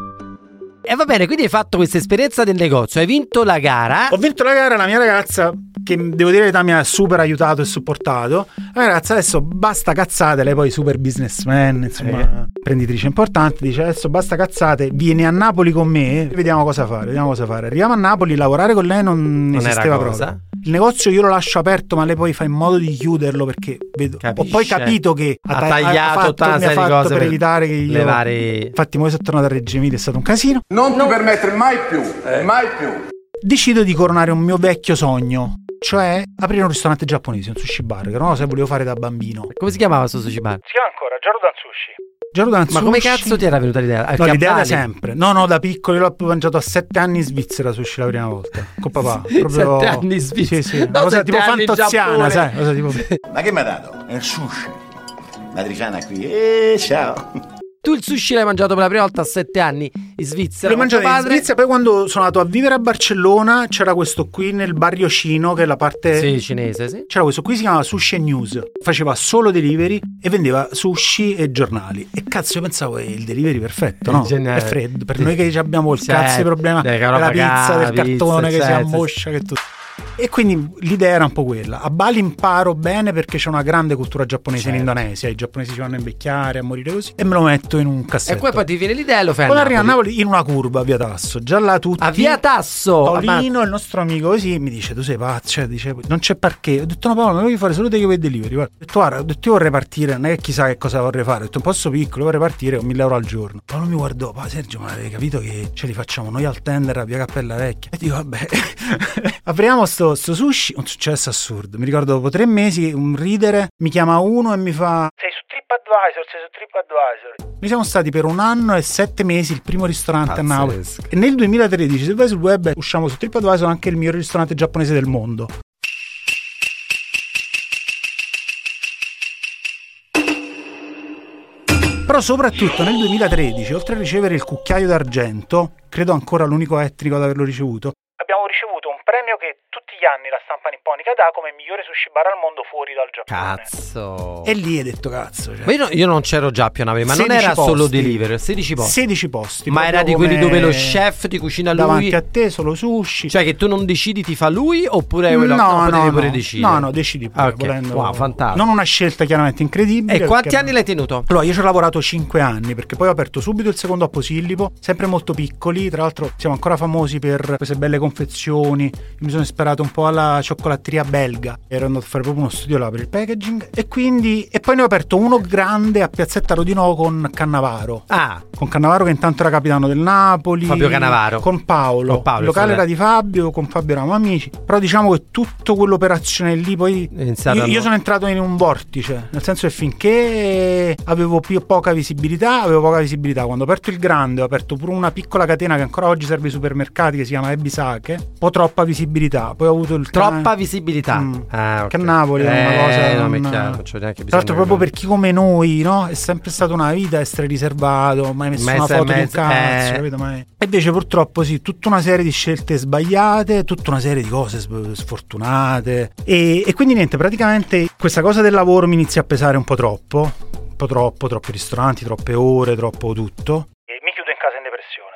Speaker 4: E va bene, quindi hai fatto questa esperienza del negozio, hai vinto la gara.
Speaker 5: Ho vinto la gara, la mia ragazza, che devo dire l'età mi ha super aiutato e supportato. La mia ragazza adesso basta cazzate, lei poi super businessman, insomma, imprenditrice importante, dice adesso basta cazzate, vieni a Napoli con me, vediamo cosa fare, vediamo cosa fare. Arriviamo a Napoli, lavorare con lei non,
Speaker 4: Non era
Speaker 5: esisteva
Speaker 4: cosa.
Speaker 5: proprio. Il negozio io lo lascio aperto, ma lei poi fa in modo di chiuderlo perché vedo.
Speaker 4: Capisce.
Speaker 5: Ho poi capito che
Speaker 4: Ha
Speaker 5: ta-
Speaker 4: tagliato
Speaker 5: fatto-
Speaker 4: tutta
Speaker 5: mi
Speaker 4: una
Speaker 5: ha
Speaker 4: serie di
Speaker 5: fatto
Speaker 4: cose
Speaker 5: per,
Speaker 4: per
Speaker 5: evitare che io...
Speaker 4: le varie-
Speaker 5: Infatti, poi sono tornato a Reggio Emilia, è stato un casino.
Speaker 10: Non ti permettere mai più,
Speaker 4: Eh.
Speaker 10: mai più.
Speaker 5: decido di coronare un mio vecchio sogno, cioè aprire un ristorante giapponese, un sushi bar, che era una cosa che volevo fare da bambino.
Speaker 4: Come si chiamava sto sushi bar?
Speaker 1: Si chiama ancora Jordan Sushi.
Speaker 5: Giordano
Speaker 4: Ma come cazzo ti era venuta l'idea? Al
Speaker 5: No, l'idea da
Speaker 4: Campari?
Speaker 5: sempre. No, no, da piccolo io l'ho mangiato a sette anni in Svizzera sushi la prima volta. Con papà. Proprio...
Speaker 4: Sette anni in Svizzera.
Speaker 5: Sì, sì. Una
Speaker 4: No,
Speaker 5: cosa
Speaker 4: sette
Speaker 5: tipo
Speaker 4: anni in
Speaker 5: fantoziana,
Speaker 4: Giappone.
Speaker 5: sai? Una Cosa tipo...
Speaker 10: Ma che mi ha dato? Il sushi. Matriciana qui. Eh, ciao.
Speaker 4: Tu il sushi l'hai mangiato per la prima volta a sette anni in Svizzera.
Speaker 5: L'ho
Speaker 4: con tuo
Speaker 5: mangiato in
Speaker 4: padre?
Speaker 5: Svizzera, poi quando sono andato a vivere a Barcellona c'era questo qui nel barriocino che è la parte...
Speaker 4: Sì, cinese, sì.
Speaker 5: C'era questo qui, si chiamava Sushi and News. Faceva solo delivery e vendeva sushi e giornali. E cazzo, io pensavo è il delivery perfetto, no?
Speaker 4: In generale.
Speaker 5: È freddo. Per noi che abbiamo il
Speaker 4: Eh, Sì.
Speaker 5: cazzo di problema
Speaker 4: Della
Speaker 5: della
Speaker 4: roba
Speaker 5: pizza,
Speaker 4: cara,
Speaker 5: del
Speaker 4: pizza,
Speaker 5: cartone che si
Speaker 4: certo.
Speaker 5: ammoscia, che tutto. E quindi l'idea era un po' quella. A Bali imparo bene perché c'è una grande cultura giapponese in
Speaker 4: Certo.
Speaker 5: Indonesia. I giapponesi ci vanno a invecchiare, a morire così. E me lo metto in un
Speaker 4: E
Speaker 5: cassetto.
Speaker 4: poi poi ti viene l'idea e lo fai
Speaker 5: Poi
Speaker 4: a
Speaker 5: arrivo Certo. a
Speaker 4: Napoli.
Speaker 5: Napoli in una curva a via Tasso. Già là tutti.
Speaker 4: A Via Tasso!
Speaker 5: Paolino, il nostro amico, così mi dice: Tu sei pazzo. Cioè, dice, non c'è parcheggio. Ho detto: No, Paolo, non voglio fare solo take away e delivery. Guarda. Ho detto: Guarda, ho detto, io vorrei partire. Non è che chissà che cosa vorrei fare. Ho detto: Un posto piccolo, vorrei partire con 1000 euro al giorno. Paolo mi guardò: Ma Sergio, ma hai capito che ce li facciamo noi al tender a via Cappella Vecchia? E dico: Vabbè, apriamo sto, sto sushi. Un successo assurdo. Mi ricordo dopo tre mesi, un ridere mi chiama uno e mi fa:
Speaker 1: Sei su TripAdvisor, sei su TripAdvisor.
Speaker 5: noi siamo stati per un anno e sette mesi il primo ristorante a Napoli.
Speaker 4: Pazzesco.
Speaker 5: E nel 2013, se vai sul web, usciamo su TripAdvisor anche il miglior ristorante giapponese del mondo. Però soprattutto nel 2013, oltre a ricevere il cucchiaio d'argento, credo ancora l'unico etnico ad averlo ricevuto,
Speaker 1: Abbiamo ricevuto un premio che tutti gli anni la stampa nipponica dà come migliore sushi bar al mondo fuori dal Giappone.
Speaker 4: Cazzo.
Speaker 5: e lì hai detto cazzo. Cioè,
Speaker 4: Ma io, no- io non c'ero già più a Napoli, ma non
Speaker 5: 16
Speaker 4: era solo
Speaker 5: posti.
Speaker 4: delivery, 16 posti.
Speaker 5: 16 posti.
Speaker 4: Ma era di
Speaker 5: proprio
Speaker 4: quelli
Speaker 5: come-
Speaker 4: dove lo chef ti cucina lui.
Speaker 5: Davanti a te solo sushi.
Speaker 4: Cioè che tu non decidi ti fa lui oppure
Speaker 5: no,
Speaker 4: quello
Speaker 5: no,
Speaker 4: potevi
Speaker 5: no,
Speaker 4: pure decidere.
Speaker 5: No, no, decidi pure.
Speaker 4: Ah, ok.
Speaker 5: volendo.
Speaker 4: Wow, fantastico.
Speaker 5: Non una scelta chiaramente incredibile.
Speaker 4: E quanti
Speaker 5: perché-
Speaker 4: anni l'hai tenuto?
Speaker 5: Allora, io ci ho lavorato 5 anni perché poi ho aperto subito il secondo a Posillipo, sempre molto piccoli, tra l'altro siamo ancora famosi per queste belle confezioni, Io mi sono ispirato un po' alla cioccolateria belga, ero andato a fare proprio uno studio là per il packaging e quindi... E poi ne ho aperto uno grande a Piazzetta Rodino con Cannavaro,
Speaker 4: Ah,
Speaker 5: con Cannavaro che intanto era capitano del Napoli.
Speaker 4: Fabio Cannavaro.
Speaker 5: Con Paolo.
Speaker 4: Con Paolo,
Speaker 5: il locale
Speaker 4: il
Speaker 5: era
Speaker 4: fratello.
Speaker 5: di Fabio, con Fabio eravamo amici. Però diciamo che tutto quell'operazione lì poi...
Speaker 4: È iniziata
Speaker 5: io,
Speaker 4: a-
Speaker 5: io sono entrato in un vortice, nel senso che finché avevo più poca visibilità, avevo poca visibilità. Quando ho aperto il grande, ho aperto pure una piccola catena che ancora oggi serve ai supermercati che si chiama Ebisake, un po' troppa visibilità. Poi ho avuto il...
Speaker 4: troppa
Speaker 5: cane-
Speaker 4: visibilità.
Speaker 5: Mm.
Speaker 4: Ah, ok.
Speaker 5: Che a Napoli è una cosa.
Speaker 4: Eh, no, ma è
Speaker 5: non-
Speaker 4: chiaro, non c'ho neanche
Speaker 5: Tra l'altro,
Speaker 4: bisogno
Speaker 5: proprio per
Speaker 4: che-
Speaker 5: chi come noi, no? È sempre stata una vita essere riservato, mai messo
Speaker 4: Ma
Speaker 5: una
Speaker 4: essere
Speaker 5: foto di un
Speaker 4: mezzo-
Speaker 5: cazzo,
Speaker 4: eh.
Speaker 5: capito? Mai. E invece, purtroppo, sì, tutta una serie di scelte sbagliate, tutta una serie di cose sb- sfortunate. E, e quindi, niente, praticamente questa cosa del lavoro mi inizia a pesare un po' troppo. Un po' troppo, troppi ristoranti, troppe ore, troppo tutto.
Speaker 1: E mi chiudo in casa in depressione.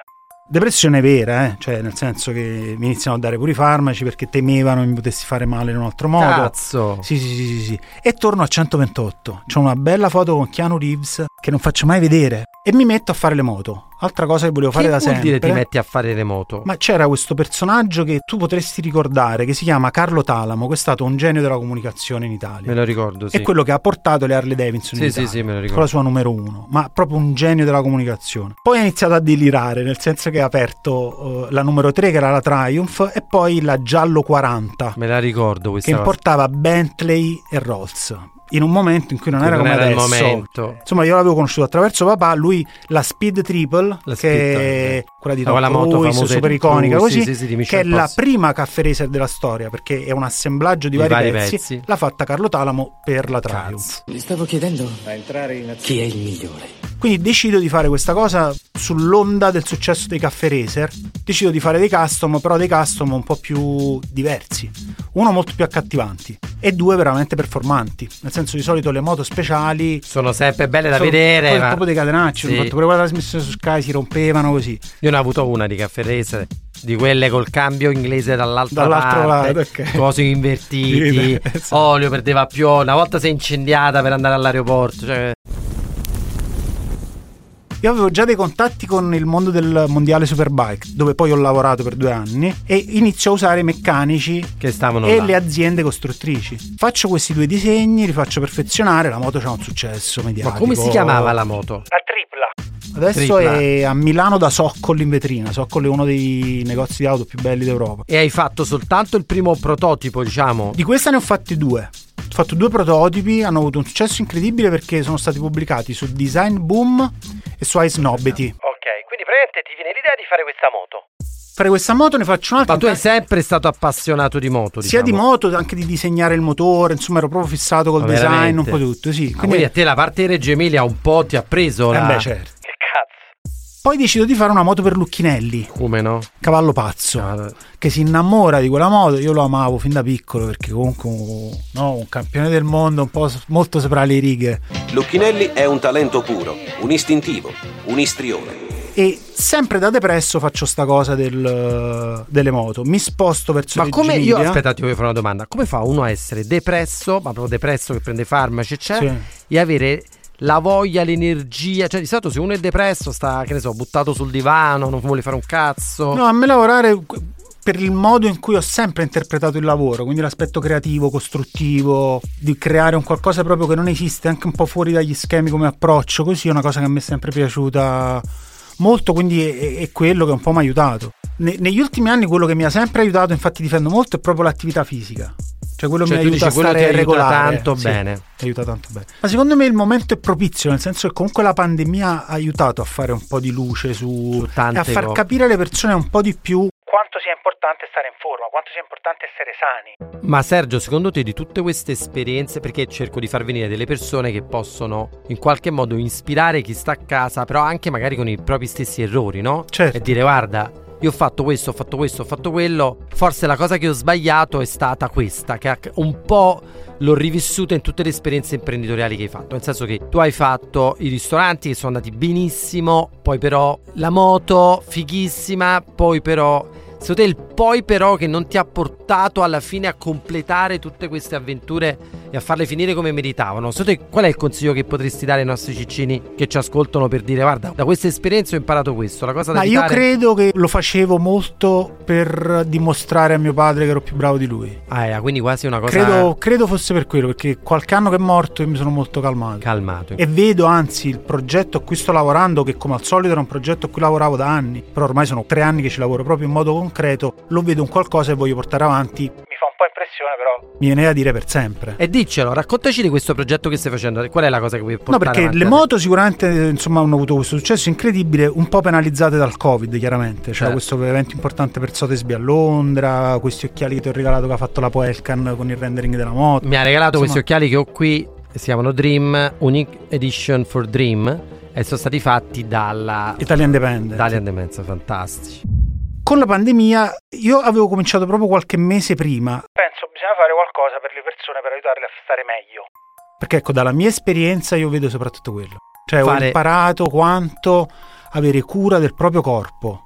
Speaker 5: Depressione vera, eh? cioè nel senso che mi iniziano a dare pure i farmaci perché temevano mi potessi fare male in un altro modo.
Speaker 4: Cazzo.
Speaker 5: Sì, sì, sì, sì, sì. E torno a 128. C'ho una bella foto con Keanu Reeves che non faccio mai vedere. E mi metto a fare le moto. Altra cosa che volevo fare
Speaker 4: che
Speaker 5: da
Speaker 4: vuol
Speaker 5: sempre.
Speaker 4: dire ti metti a fare remoto?
Speaker 5: Ma c'era questo personaggio che tu potresti ricordare, che si chiama Carlo Talamo, che è stato un genio della comunicazione in Italia.
Speaker 4: Me lo ricordo, sì.
Speaker 5: È quello che ha portato le Harley Davidson in
Speaker 4: Sì, sì,
Speaker 5: Italia,
Speaker 4: sì, me lo ricordo.
Speaker 5: Con la sua numero uno, ma proprio un genio della comunicazione. Poi ha iniziato a delirare, nel senso che ha aperto eh, la numero 3, che era la Triumph, e poi la Giallo 40,
Speaker 4: Me la ricordo questa
Speaker 5: che
Speaker 4: cosa.
Speaker 5: importava Bentley e Rolls. In un momento in cui non
Speaker 4: Che
Speaker 5: era
Speaker 4: non
Speaker 5: come
Speaker 4: era il
Speaker 5: adesso.
Speaker 4: momento.
Speaker 5: Insomma, io l'avevo conosciuto attraverso papà, lui la Speed Triple,
Speaker 4: La
Speaker 5: che
Speaker 4: Speed
Speaker 5: è
Speaker 4: Triple.
Speaker 5: quella di
Speaker 4: Ah, quella
Speaker 5: Tom
Speaker 4: moto
Speaker 5: Cruise,
Speaker 4: famosa di
Speaker 5: super
Speaker 4: Tom
Speaker 5: iconica,
Speaker 4: Cruise,
Speaker 5: così,
Speaker 4: sì, sì, sì, di
Speaker 5: che
Speaker 4: Michel
Speaker 5: è la
Speaker 4: Fox.
Speaker 5: prima caffè racer della storia, perché è un assemblaggio
Speaker 4: Di
Speaker 5: di vari,
Speaker 4: vari
Speaker 5: pezzi,
Speaker 4: pezzi.
Speaker 5: L'ha fatta Carlo Talamo per la Triumph.
Speaker 4: Cazzo.
Speaker 12: Mi stavo chiedendo chi è il migliore.
Speaker 5: Quindi decido di fare questa cosa sull'onda del successo dei caffè racer. Decido di fare dei custom, però dei custom un po' più diversi. Uno molto più accattivanti e due veramente performanti. Nel senso di solito le moto speciali
Speaker 4: Sono sempre belle da
Speaker 5: sono
Speaker 4: vedere.
Speaker 5: poi
Speaker 4: ma-
Speaker 5: proprio dei
Speaker 4: Sì.
Speaker 5: catenacci, hanno fatto pure quella trasmissione su Sky si rompevano così.
Speaker 4: Io ne ho avuto una di caffè racer, di quelle col cambio inglese dall'altra
Speaker 5: Dall'altro
Speaker 4: parte,
Speaker 5: lato, ok.
Speaker 4: cose invertiti,
Speaker 5: Sì, sì.
Speaker 4: olio perdeva più, una volta si è incendiata per andare all'aeroporto, cioè
Speaker 5: Io avevo già dei contatti con il mondo del mondiale Superbike, dove poi ho lavorato per due anni, e inizio a usare i meccanici
Speaker 4: che stavano
Speaker 5: e
Speaker 4: là.
Speaker 5: le aziende costruttrici. Faccio questi due disegni, li faccio perfezionare, la moto c'ha un successo
Speaker 4: Ma
Speaker 5: mediatico.
Speaker 4: come si chiamava la moto?
Speaker 1: La tripla.
Speaker 5: Adesso
Speaker 4: tripla?
Speaker 5: è a Milano da Soccoli in vetrina. Soccoli è uno dei negozi di auto più belli d'Europa.
Speaker 4: E hai fatto soltanto il primo prototipo, diciamo.
Speaker 5: Di questa ne ho fatti due. Ho fatto due prototipi, hanno avuto un successo incredibile perché sono stati pubblicati su Design Boom e su Ice
Speaker 3: Ok, quindi praticamente ti viene l'idea di fare questa moto.
Speaker 5: Per questa moto ne faccio un'altra.
Speaker 4: Ma tu sei sempre stato appassionato di moto,
Speaker 5: sia
Speaker 4: diciamo.
Speaker 5: di moto anche di disegnare il motore, insomma ero proprio fissato col
Speaker 4: Ma
Speaker 5: design,
Speaker 4: veramente?
Speaker 5: un po' tutto, sì.
Speaker 4: Ah, Quindi a te la parte di Reggio Emilia un po' ti ha preso
Speaker 5: eh
Speaker 4: la...
Speaker 5: beh, certo.
Speaker 3: Che cazzo?
Speaker 5: Poi decido di fare una moto per Lucchinelli,
Speaker 4: Come no?
Speaker 5: cavallo pazzo,
Speaker 4: Ah,
Speaker 5: che si innamora di quella moto. Io lo amavo fin da piccolo perché comunque no, un campione del mondo, un po' s- molto sopra le righe.
Speaker 13: Lucchinelli è un talento puro, un istintivo, un istrione.
Speaker 5: E sempre da depresso faccio sta cosa del- delle moto. Mi sposto verso
Speaker 4: Ma
Speaker 5: Reggio
Speaker 4: come io,
Speaker 5: Emilia.
Speaker 4: aspetta, ti voglio fare una domanda. Come fa uno a essere depresso, ma proprio depresso che prende farmaci, eccetera, e avere la voglia, l'energia? Cioè, di solito se uno è depresso, sta, che ne so, buttato sul divano, non vuole fare un cazzo.
Speaker 5: No, a me lavorare per il modo in cui ho sempre interpretato il lavoro, quindi l'aspetto creativo, costruttivo, di creare un qualcosa proprio che non esiste, anche un po' fuori dagli schemi come approccio, così è una cosa che mi è sempre piaciuta molto, quindi è, è quello che un po' mi ha aiutato. Ne- negli ultimi anni quello che mi ha sempre aiutato, infatti difendo molto, è proprio l'attività fisica. Cioè quello
Speaker 4: Cioè,
Speaker 5: mi
Speaker 4: tu
Speaker 5: aiuta a
Speaker 4: dici, quello
Speaker 5: stare
Speaker 4: ti aiuta
Speaker 5: regolare.
Speaker 4: tanto
Speaker 5: Sì,
Speaker 4: bene.
Speaker 5: ti aiuta tanto bene. Ma secondo me il momento è propizio, nel senso che comunque la pandemia ha aiutato a fare un po' di luce su, e a
Speaker 4: tante
Speaker 5: far
Speaker 4: cose.
Speaker 5: capire alle persone un po' di più
Speaker 1: Quanto sia importante stare in forma, quanto sia importante essere sani.
Speaker 4: Ma Sergio, secondo te di tutte queste esperienze, perché cerco di far venire delle persone che possono in qualche modo ispirare chi sta a casa, però anche magari con i propri stessi errori, no?
Speaker 5: Certo.
Speaker 4: E dire guarda, io ho fatto questo, ho fatto questo, ho fatto quello, forse la cosa che ho sbagliato è stata questa, che ha- un po' l'ho rivissuta in tutte le esperienze imprenditoriali che hai fatto, nel senso che tu hai fatto i ristoranti che sono andati benissimo, poi però la moto fighissima, poi però Secondo te il poi però che non ti ha portato alla fine a completare tutte queste avventure e a farle finire come meritavano? Secondo te qual è il consiglio che potresti dare ai nostri ciccini che ci ascoltano per dire guarda da questa esperienza ho imparato questo, la cosa da
Speaker 5: Ma io
Speaker 4: evitare-
Speaker 5: credo che lo facevo molto per dimostrare a mio padre che ero più bravo di lui.
Speaker 4: Ah, era quindi quasi una cosa
Speaker 5: Credo, credo fosse per quello, perché qualche anno che è morto io mi sono molto calmato.
Speaker 4: calmato.
Speaker 5: e vedo anzi il progetto a cui sto lavorando, che come al solito era un progetto a cui lavoravo da anni, però ormai sono tre anni che ci lavoro proprio in modo concreto, lo vedo un qualcosa che voglio portare avanti,
Speaker 1: Mi fa un po' impressione però.
Speaker 5: mi viene da dire per sempre.
Speaker 4: E diccelo, raccontaci di questo progetto che stai facendo, qual è la cosa che vuoi
Speaker 5: No,
Speaker 4: portare
Speaker 5: perché
Speaker 4: avanti
Speaker 5: le
Speaker 4: adesso?
Speaker 5: moto sicuramente eh, insomma, hanno avuto questo successo incredibile, un po' penalizzate dal Covid, chiaramente. C'era
Speaker 4: Certo.
Speaker 5: questo evento importante per Sotheby a Londra, questi occhiali che ti ho regalato che ha fatto la Poelcan con il rendering della moto.
Speaker 4: Mi ha regalato
Speaker 5: Insomma,
Speaker 4: questi occhiali che ho qui, si chiamano Dream Unique Edition for Dream e sono stati fatti dalla
Speaker 5: Italian Dependent.
Speaker 4: Italian Demenza, fantastici.
Speaker 5: Con la pandemia io avevo cominciato proprio qualche mese prima,
Speaker 1: Penso bisogna fare qualcosa per le persone per aiutarle a stare meglio.
Speaker 5: perché ecco, dalla mia esperienza io vedo soprattutto quello. Cioè ho
Speaker 4: Fare-
Speaker 5: imparato quanto avere cura del proprio corpo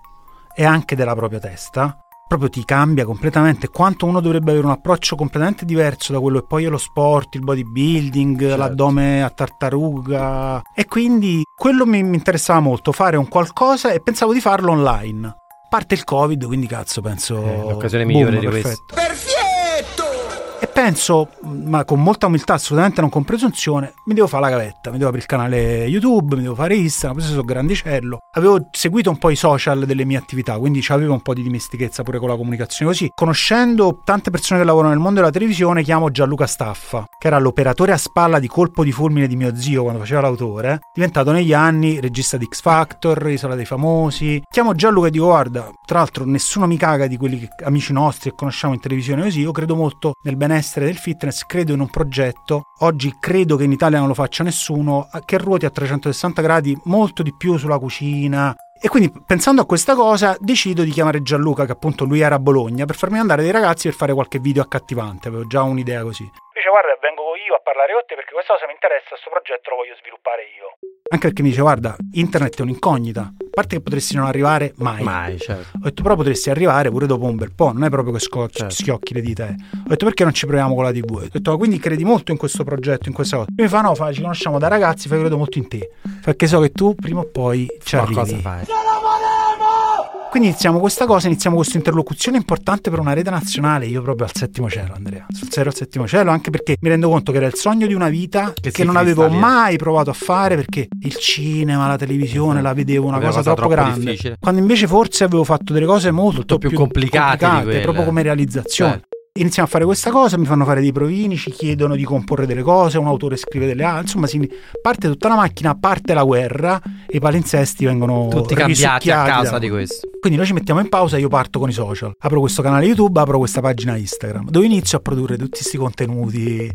Speaker 5: e anche della propria testa proprio ti cambia completamente quanto uno dovrebbe avere un approccio completamente diverso da quello che poi è lo sport, il bodybuilding,
Speaker 4: Certo.
Speaker 5: l'addome a tartaruga e quindi quello mi, mi interessava molto fare un qualcosa e pensavo di farlo online. Parte il Covid, quindi cazzo, penso
Speaker 4: Eh, l'occasione migliore
Speaker 5: Oh, boom,
Speaker 4: di
Speaker 5: perfetto.
Speaker 4: questo.
Speaker 5: E penso, ma con molta umiltà, assolutamente non con presunzione, mi devo fare la gavetta, mi devo aprire il canale YouTube, mi devo fare Instagram, questo sono grandicello. Avevo seguito un po' i social delle mie attività, quindi avevo un po' di dimestichezza pure con la comunicazione così. Conoscendo tante persone che lavorano nel mondo della televisione, chiamo Gianluca Staffa, che era l'operatore a spalla di Colpo di Fulmine di mio zio quando faceva l'autore, diventato negli anni regista di X Factor, Isola dei Famosi. Chiamo Gianluca e dico, guarda, tra l'altro nessuno mi caga di quelli che, amici nostri che conosciamo in televisione così, io credo molto nel benessere del fitness, credo in un progetto, oggi credo che in Italia non lo faccia nessuno, a- che ruoti a 360 gradi molto di più sulla cucina. E quindi pensando a questa cosa decido di chiamare Gianluca, che appunto lui era a Bologna, per farmi andare dei ragazzi per fare qualche video accattivante, avevo già un'idea così.
Speaker 1: Dice guarda vengo io a parlare con te perché questa cosa mi interessa, questo progetto lo voglio sviluppare io.
Speaker 5: Anche perché mi dice guarda, internet è un'incognita, a parte che potresti non arrivare mai.
Speaker 4: Mai, certo.
Speaker 5: Ho detto, però potresti arrivare pure dopo un bel po', non è proprio che sco- schiocchi le dita. eh. Ho detto, perché non ci proviamo con la TV? Ho detto, "Ma quindi credi molto in questo progetto, in questa cosa. Lui mi fa, no, fa, ci conosciamo da ragazzi, fa, io credo molto in te. Perché so che tu prima o poi ci
Speaker 4: Qualcosa
Speaker 5: arrivi.
Speaker 4: fai.
Speaker 5: Quindi iniziamo questa cosa, iniziamo questa interlocuzione importante per una rete nazionale. Io proprio al settimo cielo, Andrea. Sul serio al settimo cielo, anche perché mi rendo conto che era il sogno di una vita che,
Speaker 4: si
Speaker 5: non avevo
Speaker 4: cristallizza.
Speaker 5: mai provato a fare perché il cinema, la televisione la vedevo una
Speaker 4: Era
Speaker 5: cosa, troppo, grande.
Speaker 4: difficile.
Speaker 5: Quando invece forse avevo fatto delle cose molto,
Speaker 4: Molto più complicate di quelle.
Speaker 5: proprio come realizzazione.
Speaker 4: Certo.
Speaker 5: Iniziamo a fare questa cosa, mi fanno fare dei provini, ci chiedono di comporre delle cose, un autore scrive delle altre, insomma si- parte tutta la macchina, parte la guerra e i palinsesti vengono
Speaker 4: Tutti cambiati a
Speaker 5: risucchiati
Speaker 4: causa
Speaker 5: da-
Speaker 4: di questo.
Speaker 5: quindi noi ci mettiamo in pausa, io parto con i social. Apro questo canale YouTube, apro questa pagina Instagram, dove inizio a produrre tutti questi contenuti,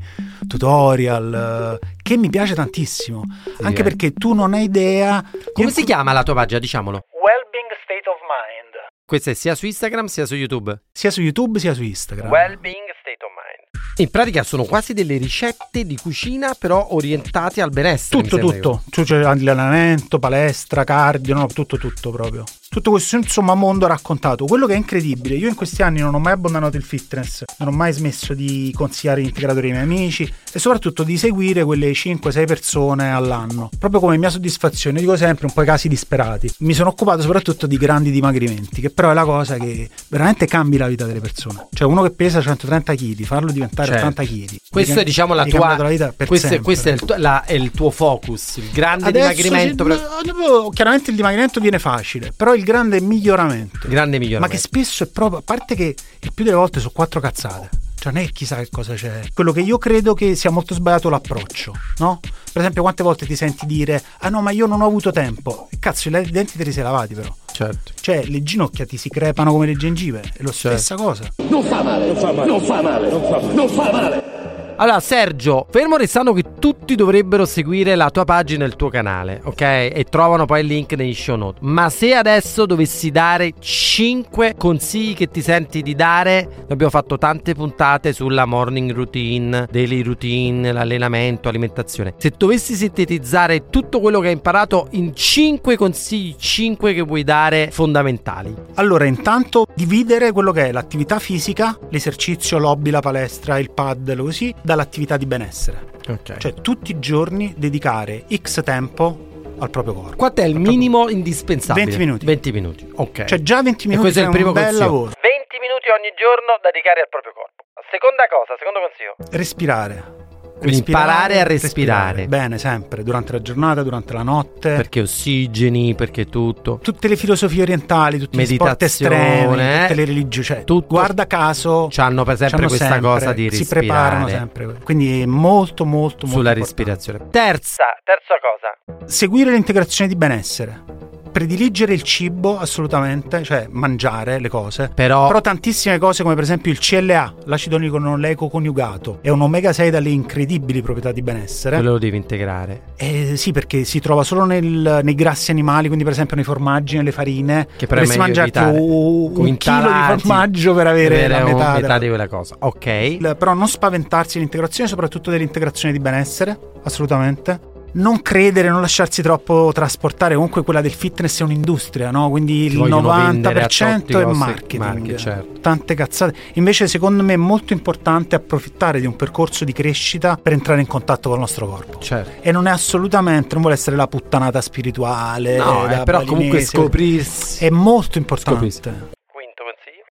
Speaker 5: tutorial, eh, che mi piace tantissimo. Anche
Speaker 4: eh.
Speaker 5: perché tu non hai idea...
Speaker 4: Come si chiama la tua pagina? Diciamolo.
Speaker 1: Wellbeing state of mind.
Speaker 4: Ah. Questa è sia su Instagram sia su YouTube.
Speaker 5: Sia su YouTube sia su Instagram.
Speaker 3: Well-being state of mind.
Speaker 4: In pratica sono quasi delle ricette di cucina, però orientate al benessere. mi
Speaker 5: Tutto,
Speaker 4: sembra di
Speaker 5: tutto. Tu c'è allenamento, palestra, cardio, no, tutto, tutto proprio. Tutto questo insomma mondo raccontato. Quello che è incredibile, io in questi anni non ho mai abbandonato il fitness, non ho mai smesso di consigliare gli integratori ai miei amici e soprattutto di seguire quelle 5-6 persone all'anno. Proprio come mia soddisfazione, dico sempre un po' i casi disperati. Mi sono occupato soprattutto di grandi dimagrimenti, che però è la cosa che veramente cambi la vita delle persone. Cioè uno che pesa 130 kg, farlo diventare
Speaker 4: Certo.
Speaker 5: 80 kg.
Speaker 4: Questo è diciamo la tua. questo, è- questo è, il tuo- la- è il tuo focus, il grande dimagrimento.
Speaker 5: dimagrimento.
Speaker 4: però-
Speaker 5: oh, chiaramente il dimagrimento viene facile, però il grande miglioramento.
Speaker 4: grande
Speaker 5: Ma
Speaker 4: miglioramento.
Speaker 5: che spesso è proprio. A parte che il più delle volte sono quattro cazzate. Cioè, non è chissà che cosa c'è. Quello che io credo che sia molto sbagliato l'approccio, no? Per esempio, quante volte ti senti dire: Ah no, ma io non ho avuto tempo. Cazzo, i denti te li sei lavati, però.
Speaker 4: Certo.
Speaker 5: Cioè, le ginocchia ti si crepano come le gengive. È la stessa cosa.
Speaker 12: Non fa male, non fa male, non fa male, non fa male. Non fa male.
Speaker 4: Allora, Sergio, fermo restando che tutti dovrebbero seguire la tua pagina e il tuo canale, ok? E trovano poi il link nei show notes. Ma se adesso dovessi dare 5 consigli che ti senti di dare, noi abbiamo fatto tante puntate sulla morning routine, daily routine, l'allenamento, alimentazione. Se dovessi sintetizzare tutto quello che hai imparato in 5 consigli, 5 che vuoi dare fondamentali.
Speaker 5: Allora, intanto dividere quello che è l'attività fisica, l'esercizio, l'hobby, la palestra, il paddle, così, dall'attività di benessere.
Speaker 4: Ok.
Speaker 5: Cioè, tutti i giorni dedicare X tempo al proprio corpo.
Speaker 4: Quanto è il minimo indispensabile?
Speaker 5: 20 minuti.
Speaker 4: 20 minuti, ok.
Speaker 5: Cioè, già 20
Speaker 4: E
Speaker 5: minuti
Speaker 4: questo è il
Speaker 5: fai
Speaker 4: primo
Speaker 5: un bel
Speaker 4: consiglio.
Speaker 5: lavoro.
Speaker 3: 20 minuti ogni giorno da dedicare al proprio corpo. Seconda cosa, secondo consiglio.
Speaker 5: Respirare.
Speaker 4: Quindi imparare a respirare.
Speaker 5: Bene, sempre, durante la giornata, durante la notte.
Speaker 4: Perché ossigeni, perché tutto.
Speaker 5: Tutte le filosofie orientali, tutti gli sport
Speaker 4: Meditazione,
Speaker 5: estremi, tutte
Speaker 4: eh.
Speaker 5: le religioni, cioè,
Speaker 4: Tutto.
Speaker 5: guarda caso,
Speaker 4: C'hanno per sempre
Speaker 5: c'hanno
Speaker 4: questa
Speaker 5: sempre,
Speaker 4: cosa di
Speaker 5: si
Speaker 4: respirare.
Speaker 5: preparano sempre. Quindi è molto, molto, molto
Speaker 4: Sulla
Speaker 5: importante.
Speaker 4: respirazione. Terza.
Speaker 3: Sa- terza cosa.
Speaker 5: seguire l'integrazione di benessere. Prediligere il cibo assolutamente, cioè mangiare le cose.
Speaker 4: Però-
Speaker 5: tantissime cose come per esempio il CLA, l'acido niconoleico coniugato, è un omega 6 dalle incredibili proprietà di benessere.
Speaker 4: Quello lo devi integrare.
Speaker 5: Eh, sì, perché si trova solo nel- nei grassi animali, quindi per esempio nei formaggi, nelle farine.
Speaker 4: Che però è
Speaker 5: Dovresti
Speaker 4: meglio
Speaker 5: mangiarti
Speaker 4: evitare.
Speaker 5: un un chilo di
Speaker 4: Quintalati,
Speaker 5: formaggio per avere, la
Speaker 4: un-
Speaker 5: metà, della-
Speaker 4: di quella cosa. Ok.
Speaker 5: il- però non spaventarsi dell'integrazione, soprattutto dell'integrazione di benessere, assolutamente. Non credere, non lasciarsi troppo trasportare, comunque quella del fitness è un'industria, no? Quindi il
Speaker 4: vogliono vendere a
Speaker 5: 90% è
Speaker 4: tutti i costi.
Speaker 5: marketing.
Speaker 4: Market, certo.
Speaker 5: Tante cazzate. Invece secondo me è molto importante approfittare di un percorso di crescita per entrare in contatto col nostro corpo.
Speaker 4: Certo.
Speaker 5: E non è assolutamente, non vuole essere la puttanata spirituale.
Speaker 4: No,
Speaker 5: da
Speaker 4: eh, però
Speaker 5: balinese.
Speaker 4: comunque scoprirsi.
Speaker 5: È molto importante.
Speaker 4: Scoprirsi.
Speaker 3: Quinto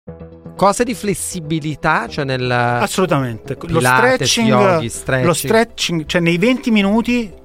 Speaker 3: consiglio.
Speaker 4: Cose di flessibilità, cioè nel...
Speaker 5: Assolutamente. Lo
Speaker 4: Pilates,
Speaker 5: stretching,
Speaker 4: yogi, stretching.
Speaker 5: lo stretching, cioè nei 20 minuti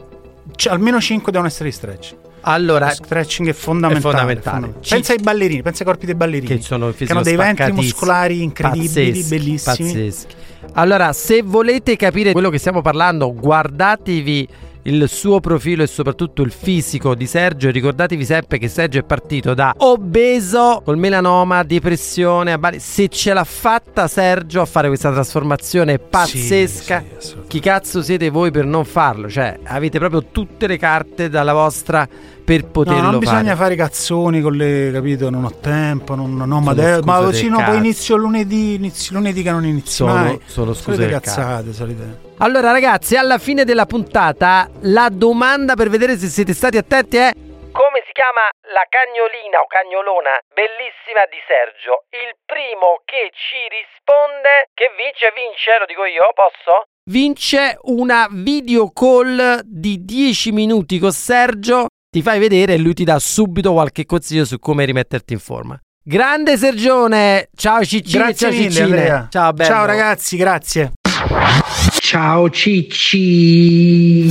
Speaker 5: c- almeno 5 devono essere di stretch.
Speaker 4: Allora,
Speaker 5: Lo stretching è fondamentale.
Speaker 4: È fondamentale. Ci-
Speaker 5: Pensa ai ballerini, pensa ai corpi dei ballerini.
Speaker 4: che sono
Speaker 5: che hanno dei ventri muscolari incredibili, bellissimi.
Speaker 4: Pazzeschi. Allora, se volete capire quello che stiamo parlando, guardatevi il suo profilo e soprattutto il fisico di Sergio. Ricordatevi sempre che Sergio è partito da obeso, col melanoma, depressione. a Bali. Se ce l'ha fatta Sergio a fare questa trasformazione pazzesca,
Speaker 5: Sì, sì, assolutamente.
Speaker 4: chi cazzo siete voi per non farlo? Cioè, avete proprio tutte le carte dalla vostra per
Speaker 5: No,
Speaker 4: poterlo
Speaker 5: non
Speaker 4: fare.
Speaker 5: bisogna fare i cazzoni con le, capito? Non ho tempo, non, non ho ma
Speaker 4: Sono
Speaker 5: de- ma
Speaker 4: scuse
Speaker 5: sì,
Speaker 4: del
Speaker 5: no, poi
Speaker 4: cazzo.
Speaker 5: inizio lunedì, inizio lunedì che non inizio
Speaker 4: Sono-
Speaker 5: mai.
Speaker 4: sono scuse
Speaker 5: Solite
Speaker 4: del cazzo.
Speaker 5: cazzate, solite.
Speaker 4: Allora ragazzi, alla fine della puntata la domanda per vedere se siete stati attenti è
Speaker 3: Come si chiama la cagnolina o cagnolona bellissima di Sergio? Il primo che ci risponde che vince, vince, lo dico io, posso?
Speaker 4: vince una video call di 10 minuti con Sergio, ti fai vedere e lui ti dà subito qualche consiglio su come rimetterti in forma. Grande Sergione, ciao Ciccine, ciao
Speaker 5: Grazie mille,
Speaker 4: Ciccine.
Speaker 5: Andrea.
Speaker 4: Ciao bello.
Speaker 5: Ciao ragazzi, grazie.
Speaker 2: Ciao Cicci.